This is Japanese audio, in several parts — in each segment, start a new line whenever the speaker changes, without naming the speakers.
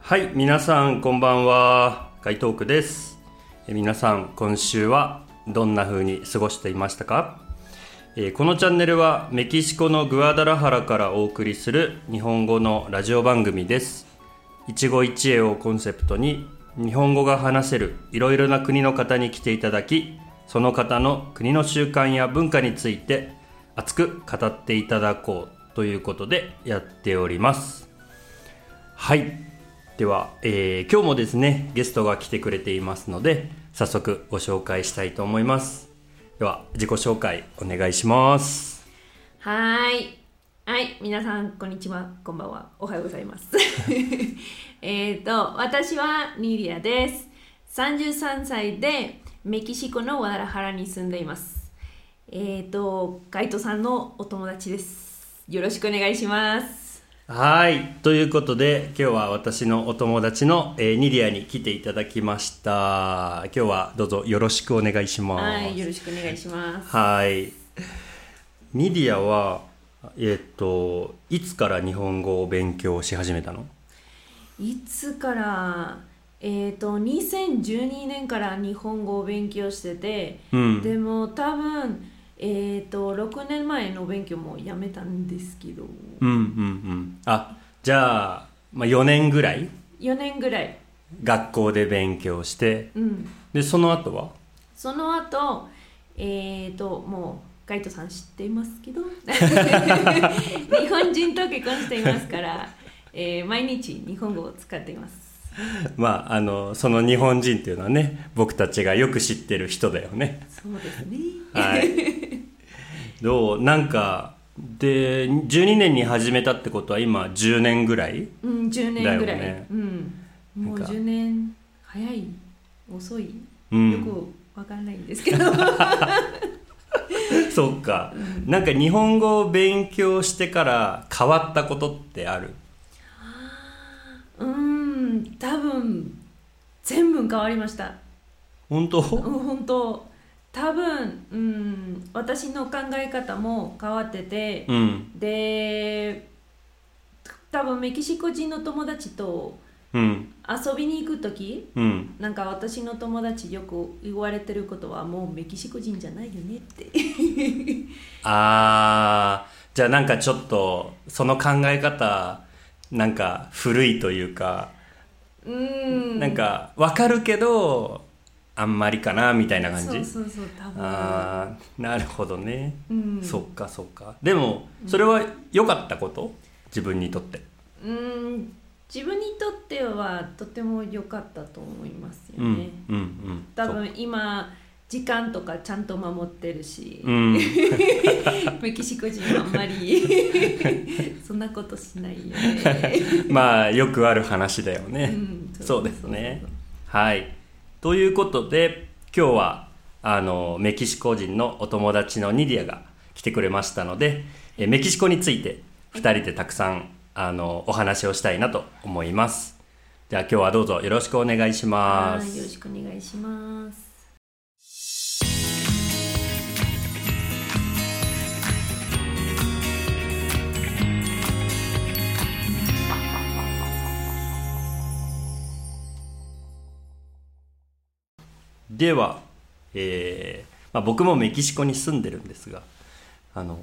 はい皆さんこんばんはガイトークですえ皆さん今週はどんな風に過ごしていましたかえーこのチャンネルはメキシコのグアダラハラからお送りする日本語のラジオ番組です一期一会をコンセプトに日本語が話せるいろいろな国の方に来ていただきその方の国の習慣や文化について熱く語っていただこうということでやっておりますはいでは、えー今日もですねゲストが来てくれていますので早速ご紹介したいと思いますでは自己紹介お願いします
はーい。はい、皆さん、こんにちは。こんばんは。おはようございます。 えっと、私はニリアです。33歳で、メキシコのワダラハラに住んでいます。えっ、と、ガイトさんのお友達です。よろしくお願いします。
はいということで今日は私のお友達の、えーニリアに来ていただきました今日はどうぞよろしくお願いします
はい、よろしくお願いします。
はい。ニディアは、えっと、いつから日本語を勉強し始めたの
いつから、えっ、と、2012年から日本語を勉強してて、
うん。
でも多分えっ、と6年前の勉強もやめたんですけど
うんうんうん。あ、じゃあ、まあ、4年ぐらい
4年ぐらい、
学校で勉強して、
うん、
で、その後は
その後えっ、ともうガイトさん知っています けど日本人と結婚していますから、えー毎日日本語を使っています
まあ、あの、その日本人っていうのはね、僕たちがよく知ってる人だよね。
そうですね
はい。どうなんか、で、12年に始めたってことは今10年ぐらい
うん10年ぐらい、
だよね
うんもう
なんか
10年早い遅い、
うん
よくわかんないんです けど
そっか、なんか日本語を勉強してから変わったことってある
うーん多分全部変わりました
本当、
うん本当多分、うん、私の考え方も変わってて、
うん、
で多分メキシコ人の友達と
うん、
遊びに行く時
うん。
なんか私の友達よく言われてることはもうメキシコ人じゃないよねって
あー、じゃあなんかちょっと、その考え方、なんか古いというか、
うん
なんかわかるけど、あんまりかな、みたいな感じ。
そうそうそう多分
あー、なるほどね。
うん
そっかそっか。でも、それは良かったこと自分にとって。
うん自分にとってはとても良かったと思いますよね、
うん、うん、うん。
多分今時間とかちゃんと守ってるし、
そう。うん。
メキシコ人はあん まりそんなことしないよね。
まあよくある話だよね、
うん
そうですねはいということで今日はあのメキシコ人のお友達のニディアが来てくれましたのでえメキシコについて2人でたくさんあのお話をしたいなと思いますじゃあ今日はどうぞよろしくお願いしま
はい、よ
す
ろしくお願いします。
では、えーまあ、僕もメキシコに住んでるんですがあの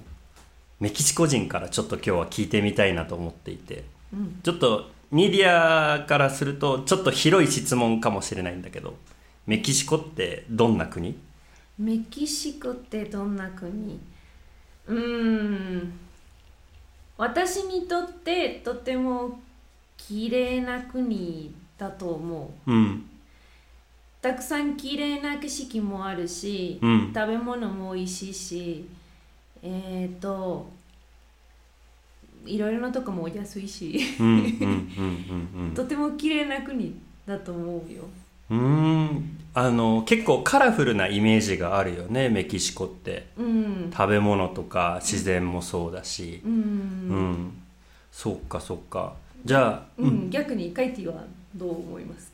メキシコ人からちょっと今日は聞いてみたいなと思っていて
うん、
ちょっとニディアからするとちょっと広い質問かもしれないんだけどメキシコってどんな国
メキシコってどんな国うーん私にとってとても綺麗な国だと思う。
うん
たくさん綺麗な景色もあるし、
うん
食べ物も美味しいしえっ、といろいろなとこも安いし
うんうんうん
とても綺麗な国だと思うよ
うんうんうんあの結構カラフルなイメージがあるよねメキシコって
うん
食べ物とか自然もそうだし
う
うん、
ん、
そっかそっかじゃあ、
うん逆にカイティはどう思います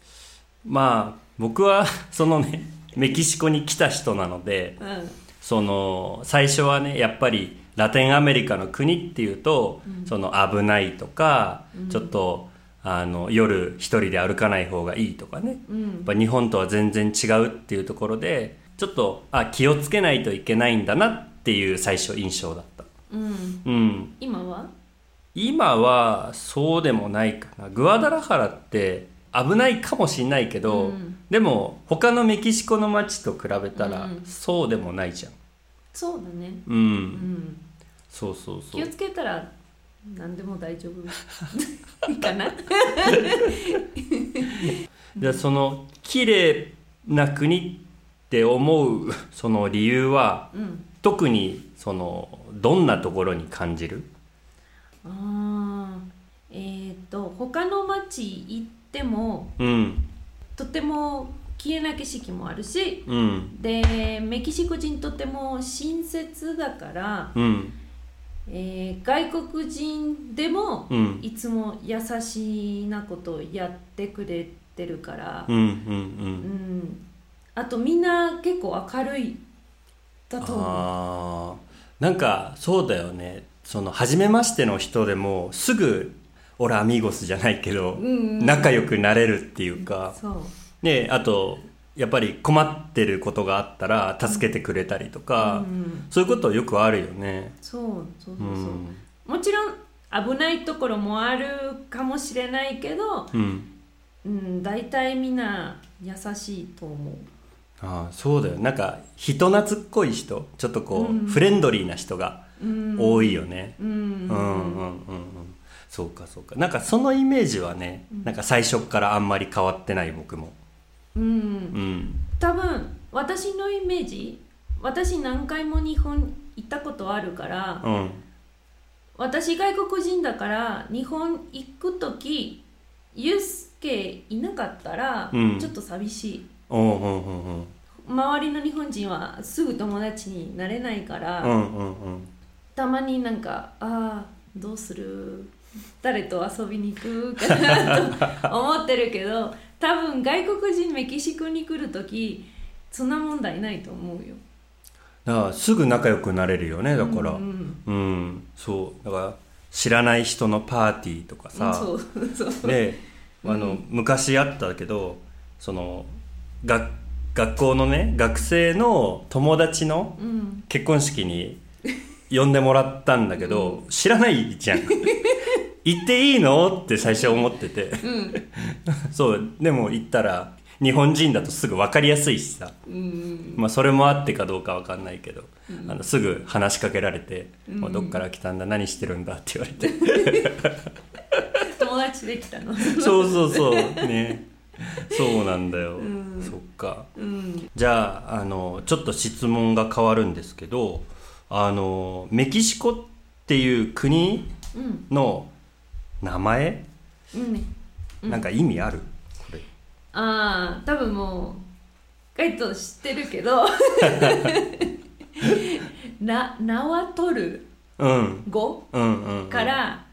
まあ僕は そのねメキシコに来た人なので、
うん
その最初はねやっぱりラテンアメリカの国っていうと、その危ないとか、ちょっとあの夜一人で歩かない方がいいとかね、
う
やっ
ん
ぱ日本とは全然違うっていうところでちょっとあ気をつけないといけないんだなっていう最初印象だった
うん
うん
今は
今はそうでもないかなグアダラハラって危ないかもしんないけど、
うん
でも他のメキシコの街と比べたら
うん
そうでもないじゃん
そうだね
うん、
うん
そうそうそ
気を
う
つけたら何でも大丈 夫かな
じゃあその綺麗な国って思う その理由は
うん
特にそのどんなところに感じる
あーえっ、と他の町行っても
うん
とても綺麗な景色もあるし
うん
でメキシコ人とても親切だから、
うん
えー外国人でも
うん
いつも優しいなことをやってくれてるから
う、んうん
う
うん
ん、あとみんな結構明るいだと思う。
あーなんかそうだよねその初めましての人でもすぐ「オラアミーゴス」じゃないけど、
うんうん
仲良くなれるっていうか、
そう
ね、あとやっぱり困ってることがあったら助けてくれたりとか、
うん
そういうことよくあるよね。
そうそうそう
う
そう、
ん
もちろん危ないところもあるかもしれないけど、
うん
うん、大体みんな優しいと思う
あーそうだよなんか人懐っこい人ちょっとこう、
うん
フレンドリーな人が
うん
多いよね、
うんうん
うんうんうんうんそうかそうかなんかそのイメージはね、なんか最初からあんまり変わってない僕も
うん
うん
多分私のイメージ私何回も日本行ったことあるから、
うん
私外国人だから日本行く時ユースケいなかったら
うん
ちょっと寂しい、
うんうんうんうん
周りの日本人はすぐ友達になれないから、
うんうんうん
たまになんかああどうする誰と遊びに行 くかなと思ってるけど多分外国人メキシコに来る時そんな問題ないと思うよ
だからすぐ仲良くなれるよねだから
う
うん、
ん
そうだから知らない人のパーティーとか
うん、
さ、
そうそう
であの、昔あったけどそのが学校のね学生の友達の
うん
結婚式に呼んでもらったんだけど、知らない じゃん行っていいのって最初思ってて
うん
そうでも行ったら日本人だとすぐ分かりやすいしさ、
うん
まあ、それもあってかどうか分かんないけど、あのすぐ話しかけられて「まあどっから来たんだ何してるんだ」って言われて
友達できたの
そうそうそうねそうなんだよ、
ん
そっか
うん
じゃああのちょっと質問が変わるんですけどあのメキシコっていう国
うん
の名前、
うん
なんか意味あるこれ
ああ多分もうガイト知ってるけど な名は取る
うん
語
うんうんうん
から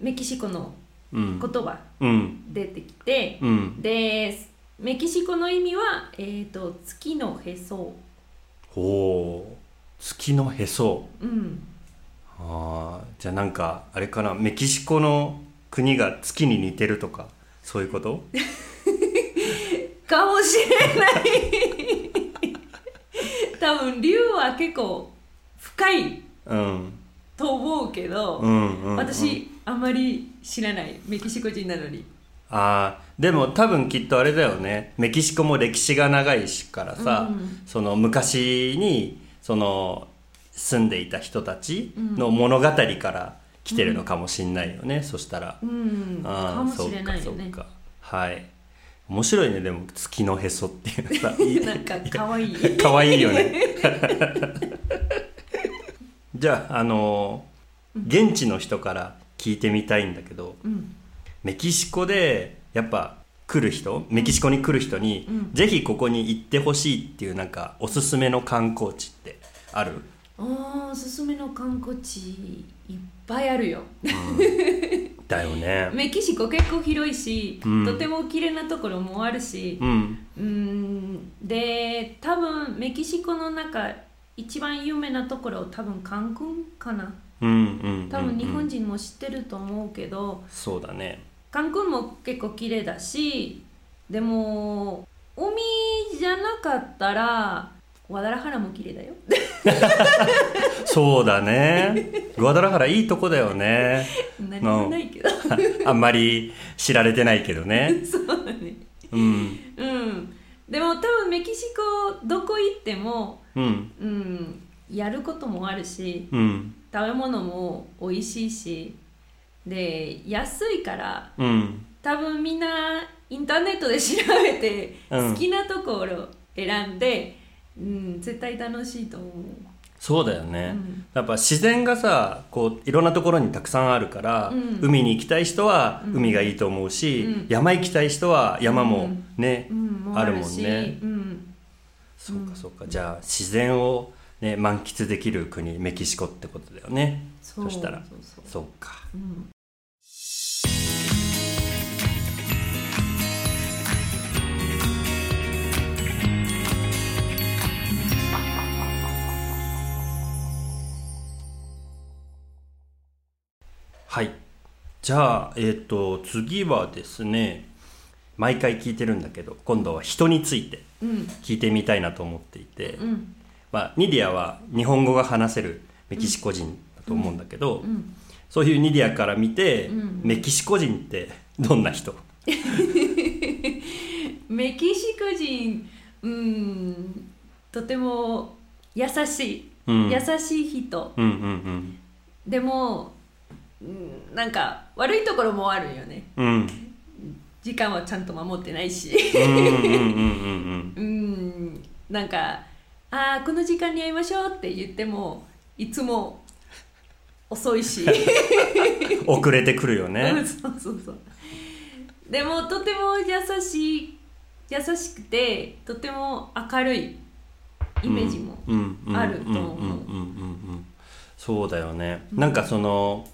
メキシコの
うん
言葉
うん
出てきて、
うん
でメキシコの意味は、えー、と月のへそ、
ほう月のへそ
うん、
あーじゃあなんかあれかなメキシコの国が月に似てるとかそういうこと
かもしれない 多分竜は結構深い
うん
と思うけど、
うんうん、うん、
私あまり知らないメキシコ人なのに
あーでも多分きっとあれだよねメキシコも歴史が長いしからさ、
うん
その昔にその住んでいた人たちの物語から来てるのかもしんないよね、そしたら、
うん
あー
かもしれないよ
そう
ね
かそうかはい面白いねでも月のへそっていうのさいい
なんかかわいい
かわいいよね じゃああのー現地の人から聞いてみたいんだけど、
うん
メキシコでやっぱ来る人メキシコに来る人に、
うん
ぜひここに行ってほしいっていうなんかおすすめの観光地ってある、
あーおすすめの観光地いっぱいあるよ
だよね
メキシコ結構広いし、
うん
とても綺麗なところもあるし
うん
うんで多分メキシコの中一番有名なところ多分カンクンかな
うんうんうんうん
多分日本人も知ってると思うけど、
そうだね
カンクンも結構綺麗だしでも海じゃなかったらワダラハラも綺麗だよ
そうだねグアダラハラいいとこだよね
何もないけど
あんまり知られてないけど ね
そうだね
うん
うんでも多分メキシコどこ行っても
うん
うんやることもあるし
うん
食べ物も美味しいしで安いから
うん
多分みんなインターネットで調べて
うん
好きなところ選んで、うん絶対楽しいと思う
そうだよね、
うん
やっぱ自然がさこういろんなところにたくさんあるから、
うん
海に行きたい人は海がいいと思うし、
うん
山行きたい人は山もね、
うん、もう
あるもん
し
ね
うん、
そうかそうかじゃあ自然を、ね、満喫できる国メキシコってことだよね
そ
そ
う
したら
そうそう
そうか
うん
はいじゃあえっ、と次はですね毎回聞いてるんだけど今度は人について
うん
聞いてみたいなと思っていて、
うん
まあ、ニディアは日本語が話せるメキシコ人だと思うんだけど、
うん
そういうニディアから見て、
うん
メキシコ人って どんな人
メキシコ人、うん、とても優しい、
うん
優しい人
うんうん
でも、うん、なんか悪いところもあるよね
うんうん
時間はちゃんと守ってないし
うんうんうんうん
うんなんか「あーこの時間に会いましょう」って言ってもいつも遅いし、
うん遅れてくるよ
う
ね
んそうそうそうでもとても優しい優しくてとても明るいイメージも、あると思うん
んんんんそうだよね、なんかその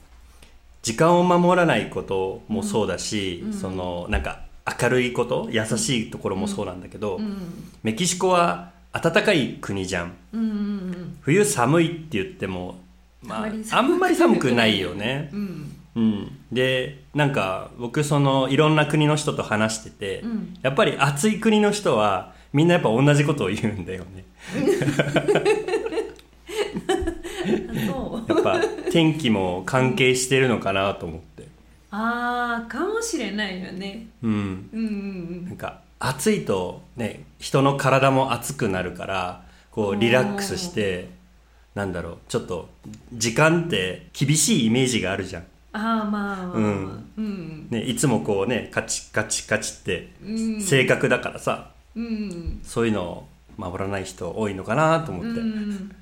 時間を守らないこともそうだし、
うん
そのなんか明るいこと優しいところもそうなんだけど、
うん
メキシコは暖かい国じゃん
うんうん
冬寒いって言っても、ま
あまり
あ、あ
寒く
んまり寒くないよね
うん
うん、でなんか僕そのいろんな国の人と話してて、
うん
やっぱり暑い国の人はみんなやっぱ同じことを言うんだよ ね
あそう
やっぱ天気も関係してるのかなと思って
あーかもしれないよね
うん
うんうん
なんか暑いとね人の体も熱くなるからこうリラックスしてなんだろうちょっと時間って厳しいイメージがあるじゃん、
うんああまあまあまあ
うん
うん
ね、いつもこうねカチカチカチって
うん
性格だからさ、
うん
そういうのを守らない人多いのかなと思って。
う
うん。
ん、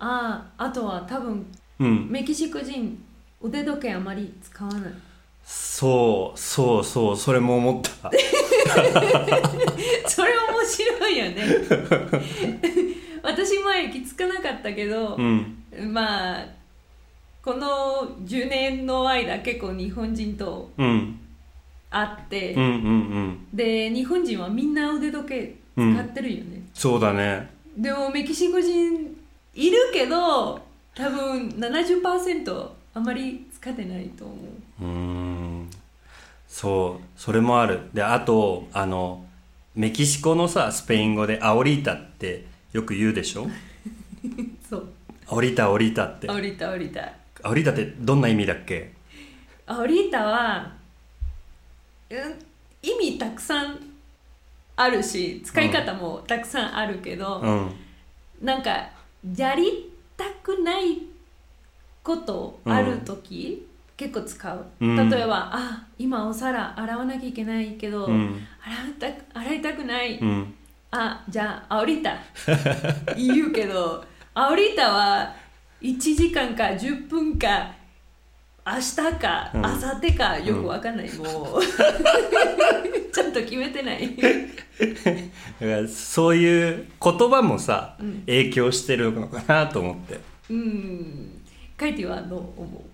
あああとは多分メキシコ人腕時計あまり使わ ない
そう、そう、そう、それも思 った。
それ面白いよね 私前気づかなかったけど
う、ん。
まあこの10年の間結構日本人と
うん。
会って、
うんうんうん。
で日本人はみんな腕時計使ってるよね、
そうだね。
でもメキシコ人いるけど多分70%あまり使ってないと思
う
う
ーん。そう、それもある。で、あと、あの、メキシコのさ、スペイン語でアオリータってよく言うでしょ
そう
アオリータ、アオリータって。
降りた降りた
アオリータってどんな意味だっけ
アリータは、うん、意味たくさんあるし使い方もたくさんあるけど、
うん。
なんかやりたくないことある時、結構使う、
うん
例えばあ今お皿洗わなきゃいけないけど、
うん
洗いたく洗いたくない、
うん。
あじゃあアオリータ言うけどアオリータは1時間か10分か明日か
うん
明後日かよくわかんない、もう ちゃんと決めてない
だからそういう言葉もさ、
うん
影響してるのかなと思って。
うん書いてはどう思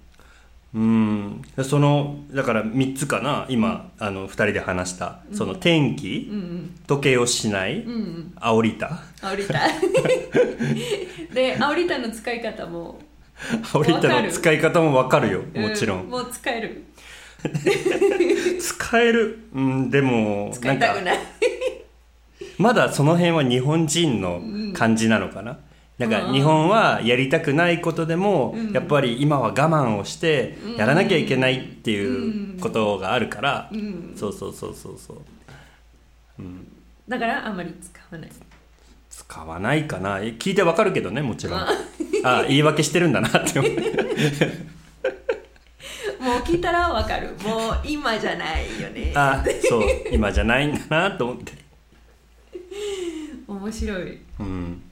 うんそのだから3つかな今、あの2人で話したその天気、
ううん
時計をしない、
うんうん
あおりた
アオリータでアオリータの使い方も
あおりたの使い方もわかるよ
う
もちろん、
もう使える
使える、うん、でも
使いたく
んか
ない
まだその辺は日本人の感じなのかな、なん
う
か
ん
日本はやりたくないことでも、やっぱり今は我慢をしてやらなきゃいけないっていうことがあるから、
ん
そうそうそうそうそう
だからあんまり使わない
使わないかなえ聞いてわかるけどねもちろんあ言い訳してるんだなって思う
もう聞いたらわかるもう今じゃないよね
あそう今じゃないんだなと思って
面白い
うん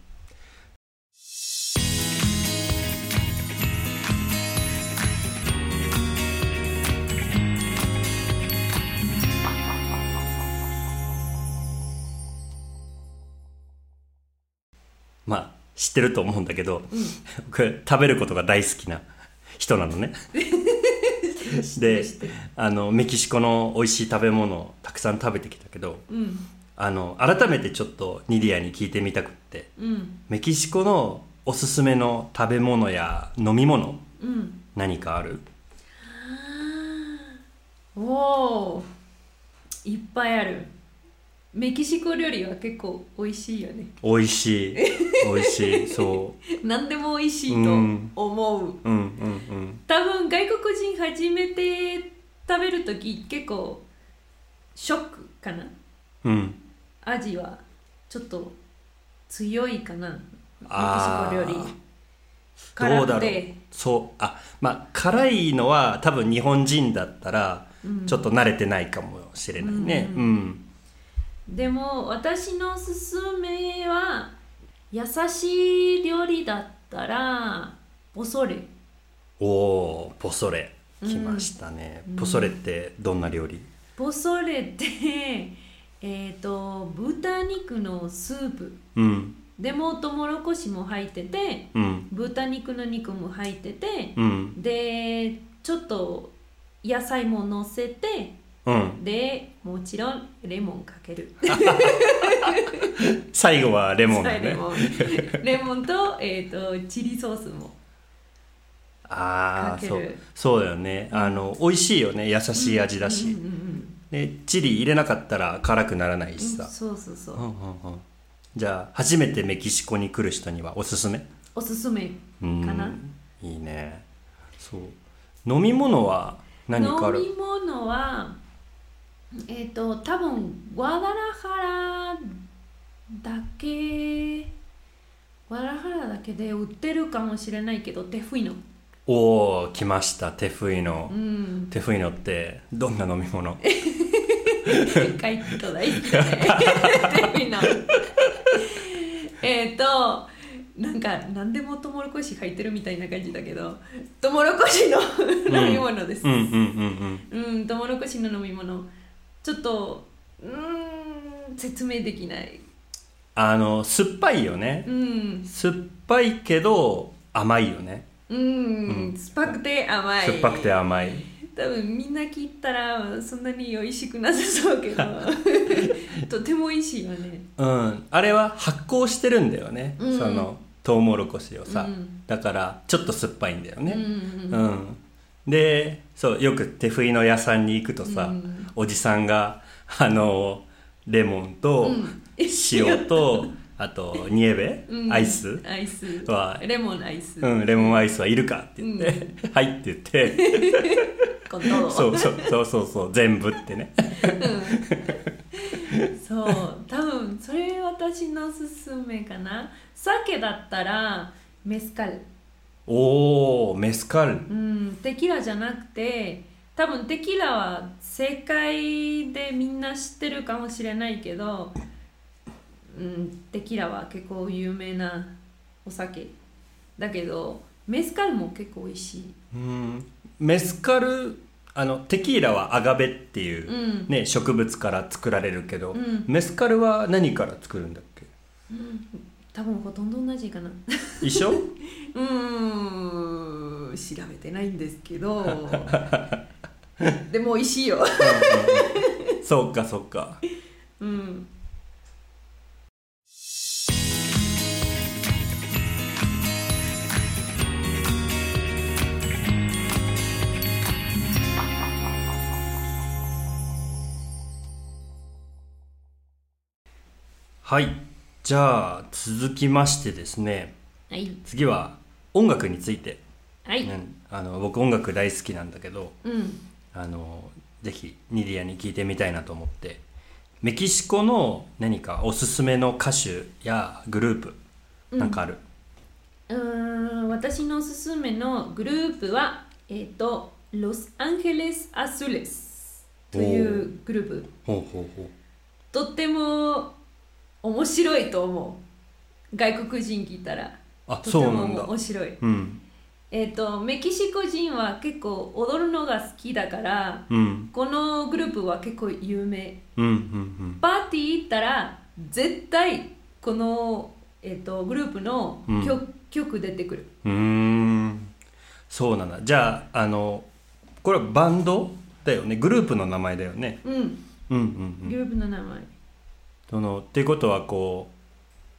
まあ知ってると思うんだけど、僕食べる ことが大好きな人なの ねであのメキシコの美味しい食べ物をたくさん食べてきたけど
うん
あの改めてちょっとニディアに聞いてみたくって
うん
メキシコのおすすめの食べ物や飲み物
うん
何かある
おおいっぱいあるメキシコ料理は結構美味しいよね
美味しい 美味しいそ
何でも美味し
う
いと
ん
思う、
ううんうん
多分外国人初めて食べる時結構ショックかな
うんうん
味はちょっと強いかなメ
あー
キシコ料理
ど
辛
うだ
く
ろう
て
そうあまあ辛いのは多分日本人だったらちょっと慣れてないかもしれないねうん、
でも私のおすすめは優しい料理だったらボソレ
おおポソレ来ましたね、ポソレってどんな料理
ボソレってえっと豚肉のスープ
うん
でもトウモロコシも入ってて
うん
豚肉の肉も入ってて
うん
でちょっと野菜も乗せて
うん
でもちろんレモンかける
最後はレモンだ
はい レ
ね
モンレモンと,、えー、とチリソースも
あ
か
あ
け
そう
る
そうだよねあの美味しいよね優しい味だし、
うんうんうん
でチリ入れなかったら辛くならないしさ、
そうそうそう、
うんうんうんじゃあ初めてメキシコに来る人にはおすすめ
おすすめ
うん
かない
いねそう飲み物は何かあ
飲
る
み物はえっ、と多分ワダラハラだけワダラハラだけで売ってるかもしれないけどテフィノ
おお来ましたテフイノ、
うん
テフイノってどんな飲み物
書いていただいてテフィノえっとなんか何でもトウモロコシ入ってるみたいな感じだけどトウモロコシの飲み物です、
うんうんうん
うん、トウモロコシの飲み物ちょっとうーん説明できない
あの酸っぱいよね、
うん
酸っぱいけど甘いよね
うん、
うん
酸っぱくて甘い
酸っぱくて甘い、
多分みんな聞いたらそんなに美味しくなさそう けどとても美味しいよね
うん、あれは発酵してるんだよね、
うん
そのトウモロコシをさ、
うん
だからちょっと酸っぱいんだよ
うん
ね、うんでそうよく手振りの屋さんに行くとさ、
うん
おじさんがあのレモンと
うん
塩 と、あとニエベ、
うんうん
アイス、
アイス
は
レモンアイス、
うん、レモンアイスはいるかって言って「 はい」って言って
今度
そうそうそうそうそう全部ってね
そう多分それ私のおすすめかな酒だったらメスカル
おおメスカル
うん、テキーラじゃなくて多分テキーラは世界でみんな知ってるかもしれないけど、うん、テキーラは結構有名なお酒だけどメスカルも結構美味しい、
うんメスカルあのテキーラはアガベっていう、
うん
ね、植物から作られるけど、
うん
メスカルは何から作るんだっけ
多分ほとんど同じかな
一緒
うーん調べてないんですけどでも美味しいよ、
そうかそうか
うん、
はいじゃあ続きましてですね
はい
次は音楽について、
はい、
うんあの僕音楽大好きなんだけど
うん
あのぜひニディアに聞いてみたいなと思ってメキシコの何かおすすめの歌手やグループなんかある、
うーん私のおすすめのグループは、えっと Los Ángeles Azules というグループ
ほうほうほ
とっても面白いと思う外国人聞いたら
うあ
とて
そう
も
なんだ
面白い
うん
えっ、とメキシコ人は結構踊るのが好きだから
うん
このグループは結構有名
うんうんうん
パーティー行ったら絶対この、えっとグループの曲,、曲出てくる
うーんそうなんだじゃああのこれはバンドだよねグループの名前だよね
うん
うんうんうん
グループの名前
そのっていうことはこ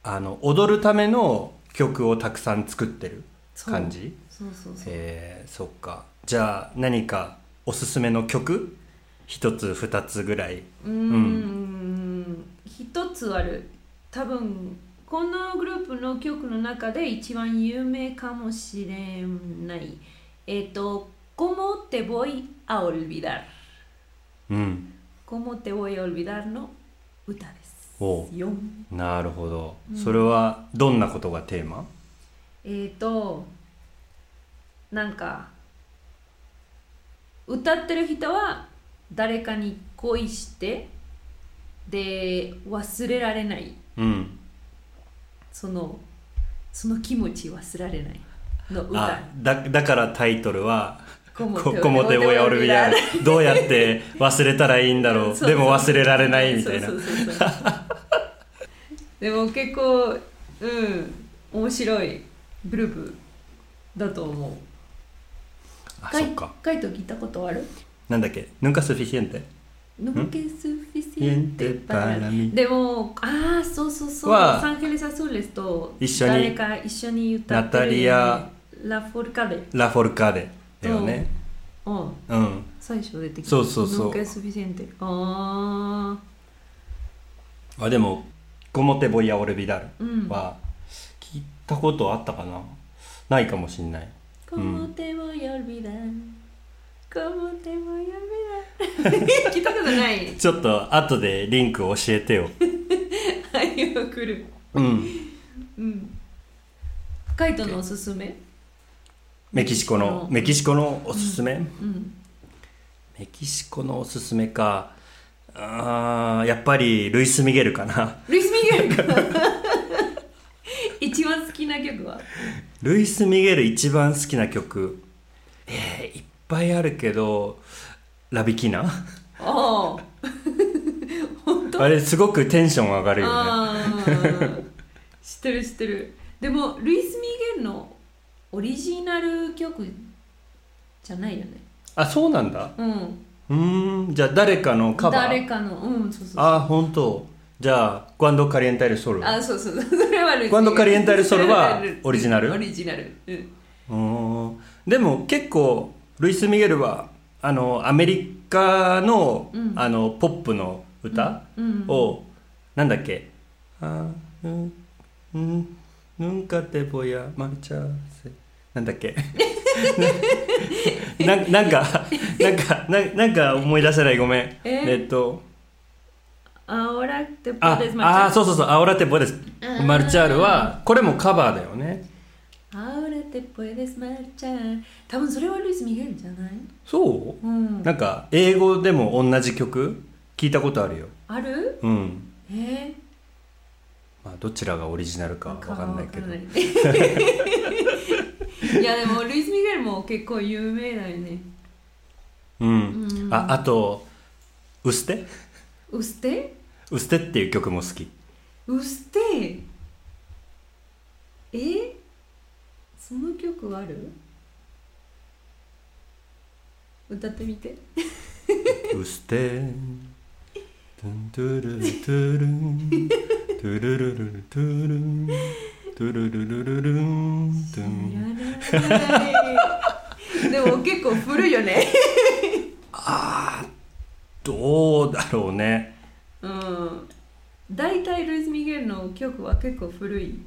うあの踊るための曲をたくさん作ってる
そう
感じ
そうそうそう
えー、そっかじゃあ何かおすすめの曲一つ二つぐらいう
ーん一つある多分このグループの曲の中で一番有名かもしれないえっ、と「Como te voy a olvidar」
うん
「Como te voy a olvidar」の歌です
おう
4
なるほど、それはどんなことがテーマ
えっ、となんか歌ってる人は誰かに恋してで忘れられない
うん
そのその気持ち忘れられないの歌
あだだからタイトルは
こ
「ここもてぼやおるみたいなどうやって忘れたらいいん だろうでも忘れられないみたいな
そうそうそうそうでも結構うん面白いグループだと思う
あ
カ
そ
イ
っか
カイト聞いたことある
なんだっけ「ヌンカスフィシエンテ
ノンケスフィシエンテ
ん
パラミでもああそうそうそう
は
サンヘルサソレスと
一緒に
誰か一緒に歌ってる
ナタリア
ラフォルカデ」
ラフォルカーデだよね
うん
うん
最初出てきた
そうそうそう
Nunca es suficiente あ
あでも「ゴモテボイアオルビダル
うん」
は聞いたことあったかなないかもしんない
ー Como te voy a olvidar Como te voy a olvidar 聞いたことない
ちょっと後でリンク教えて よ
愛を送る
うん
うんカイトのおすすめ
メキシコのメキシコのおすすめ、
うん
メキシコのおすすめかあーやっぱりルイス・ミゲルかな
ルイス・ミゲルか一番好きな曲は
ルイス・ミゲル一番好きな曲えー、いっぱいあるけどラビキナ
おお
あれすごくテンション上がるよね
あー知ってる知ってるでもルイス・ミゲルのオリジナル曲じゃないよね
あそうなんだ
うん
うーんじゃあ誰かのカバー
誰かのうんそうそう
あ本当じゃあ「クアンド・カリエンタイル・ソル」
あそうそうそうそれはルイスミゲル
クアンドカリエンタルソルはオリジナル
オリジナル、うん、
うーんでも結構ルイス・ミゲルはあのアメリカの,、
うん
あのポップの歌
うん
を、なんだっけ「あうんうんぬんかてぼやまちゃせ」なんだっけ ななんかなんかななんか思い出せないごめん
え
えっと
Ahora te
あ
puedes
あー
marchar
そうそうそう「アオラテボです」
うん
マルチャールはこれもカバーだよね
Ahora te puedes marchar 多分それはルイス・ミゲルじゃない
そううんなんか英語でも同じ曲聞いたことあるよ
ある
うん、
えー、
まあ、どちらがオリジナルかわかんないけど
わかんない いやでもルイス・ミゲルも結構有名だよね
うん、ああと「うすて」
「うすて」
「うすて」っていう曲も好き
「うすて」えその曲ある歌ってみて
「うすて」トゥントゥルルトゥルントゥルルルルトゥルントゥルルルルルントゥン
知らないでも結構古いよね
どうだろうね
うん大体ルイス・ミゲルの曲は結構古い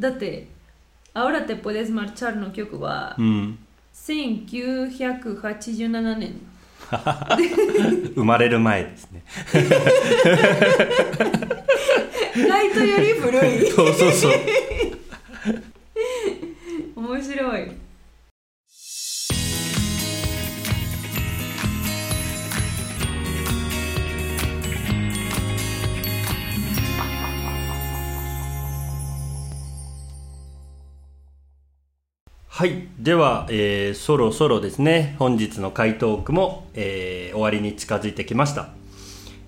だって「Ahora te puedes marchar」の曲は
うん、
1987年
生まれる前です ね
ライトより古い
そうそうそう
面白い
はいでは、えーそろそろですね本日の回答句も、えー終わりに近づいてきました、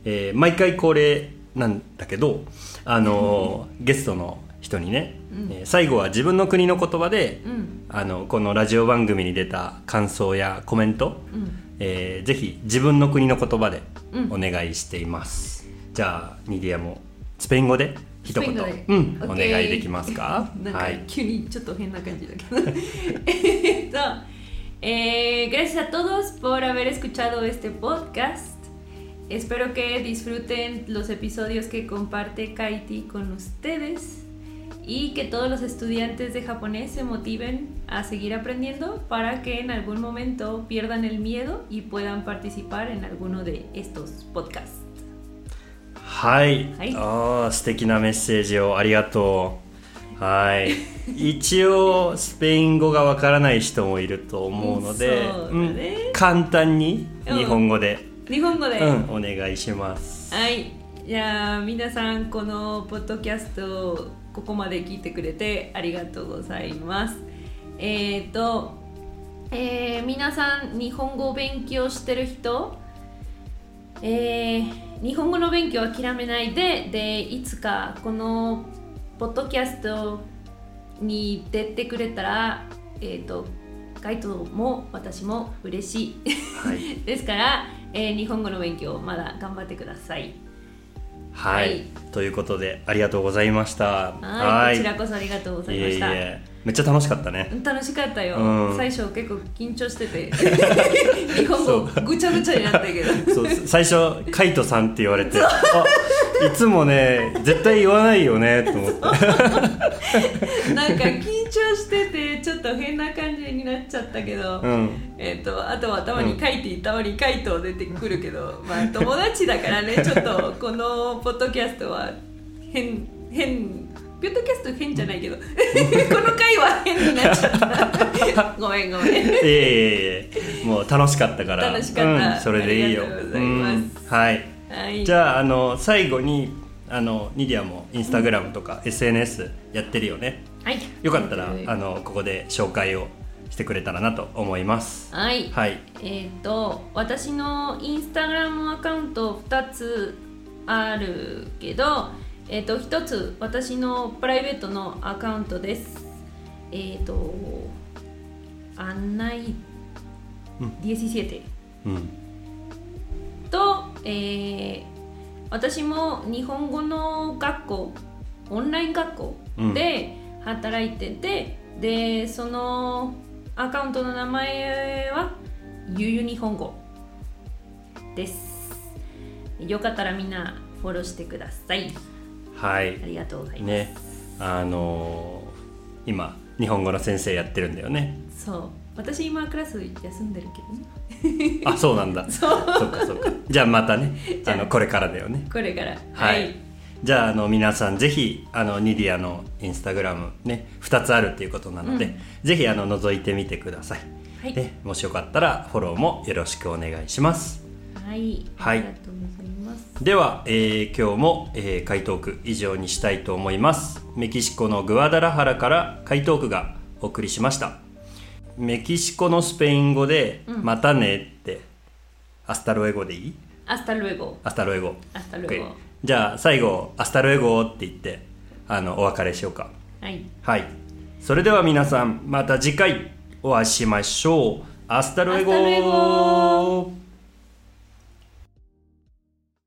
えー毎回恒例なんだけどあのーゲストの人にね、えー最後は自分の国の言葉で、
うん
あのこのラジオ番組に出た感想やコメント、
うん
えーぜひ自分の国の言葉で
うん
お願いしています、じゃあニディアもスペイン語で一言、
スペイン語で
うん、
オッ
お
ケー
願いできますか
なん
は
か
い、
急にちょっと変な感じだけど えっと、えー gracias a todos por haber escuchado este podcast espero que disfruten los episodios que comparte Kaiti con ustedes y que todos los estudiantes de japonés se motiven a seguir aprendiendo para que en algún momento pierdan el miedo y puedan participar en alguno de estos podcasts
はい、
はい
ああ素敵なメッセージをありがとうはい 一応スペイン語がわからない人もいると思うので
そうだ
ん
ね
簡単に日本語で、
日本語で、
うんお願いします
はい、じゃあ皆さんこのポッドキャストをここまで聞いてくれてありがとうございます。えっ、と、えー皆さん日本語を勉強してる人、えー日本語の勉強を諦めないででいつかこのポッドキャストに出てくれたら、えっとガイドも私も嬉しい。
はい、
ですから、えー日本語の勉強まだ頑張ってください。
はい
はい
ということでありがとうございました
はい、こちらこそありがとうございました。
いえいえめっちゃ楽しかったね
楽しかったよ、
うん
最初結構緊張して て日本語ぐちゃぐちゃになったけど
そう最初「カイトさん」って言われてあいつもね絶対言わないよねと 思って
なんか緊張しててちょっと変な感じになっちゃったけど、
うん
えっとあとはたまに書いてたまに書いと出てくるけど、まあ友達だか らねちょっとこのポッドキャストは変変ポッドキャスト変じゃないけど この回は変になっちゃったごめんごめん
いえいえいえもう楽しかったから
楽しかった
うん、それでいいよ
ありがとうございます
んはい
はい
じゃああの最後にあのニディアもインスタグラムとか SNS やってるよね
はい
よかったら
はい
あのここで紹介をしてくれたらなと思います
はい
はい
えっ、と私のインスタグラムアカウント2つあるけど、えっと1つ私のプライベートのアカウントですえっ、と案内
うん
17
うん
と、えー私も日本語の学校オンライン学校で働いてて、でそのアカウントの名前はゆゆ日本語ですよかったらみんなフォローしてください
はい
ありがとうございます、
ねあのー今日本語の先生やってるんだよね
そう私今クラス休んでるけどね
あそうなんだ
そう
そっかそっかじゃあまたね
じゃ
あ
あ
のこれからだよね
これから
はい、じゃああの皆さんぜひあのニディアのインスタグラムね2つあるっていうことなので、
うん
ぜひあの覗いてみてください、
はい、
ね、もしよかったらフォローもよろしくお願いします
はい
はい
ありがとうございます
では、えー今日も、えー、回答句以上にしたいと思いますメキシコのグアダラハラから回答句がお送りしましたメキシコのスペイン語で「
うん
またね」って「アスタロエゴ」でいい
アスタルエゴ
アスタロエゴ
アスタルエゴ
OK じゃあ最後「アスタロエゴ」って言ってあのお別れしようか
はい
はいそれでは皆さんまた次回お会いしましょうアスタロエゴ
アスタロエゴ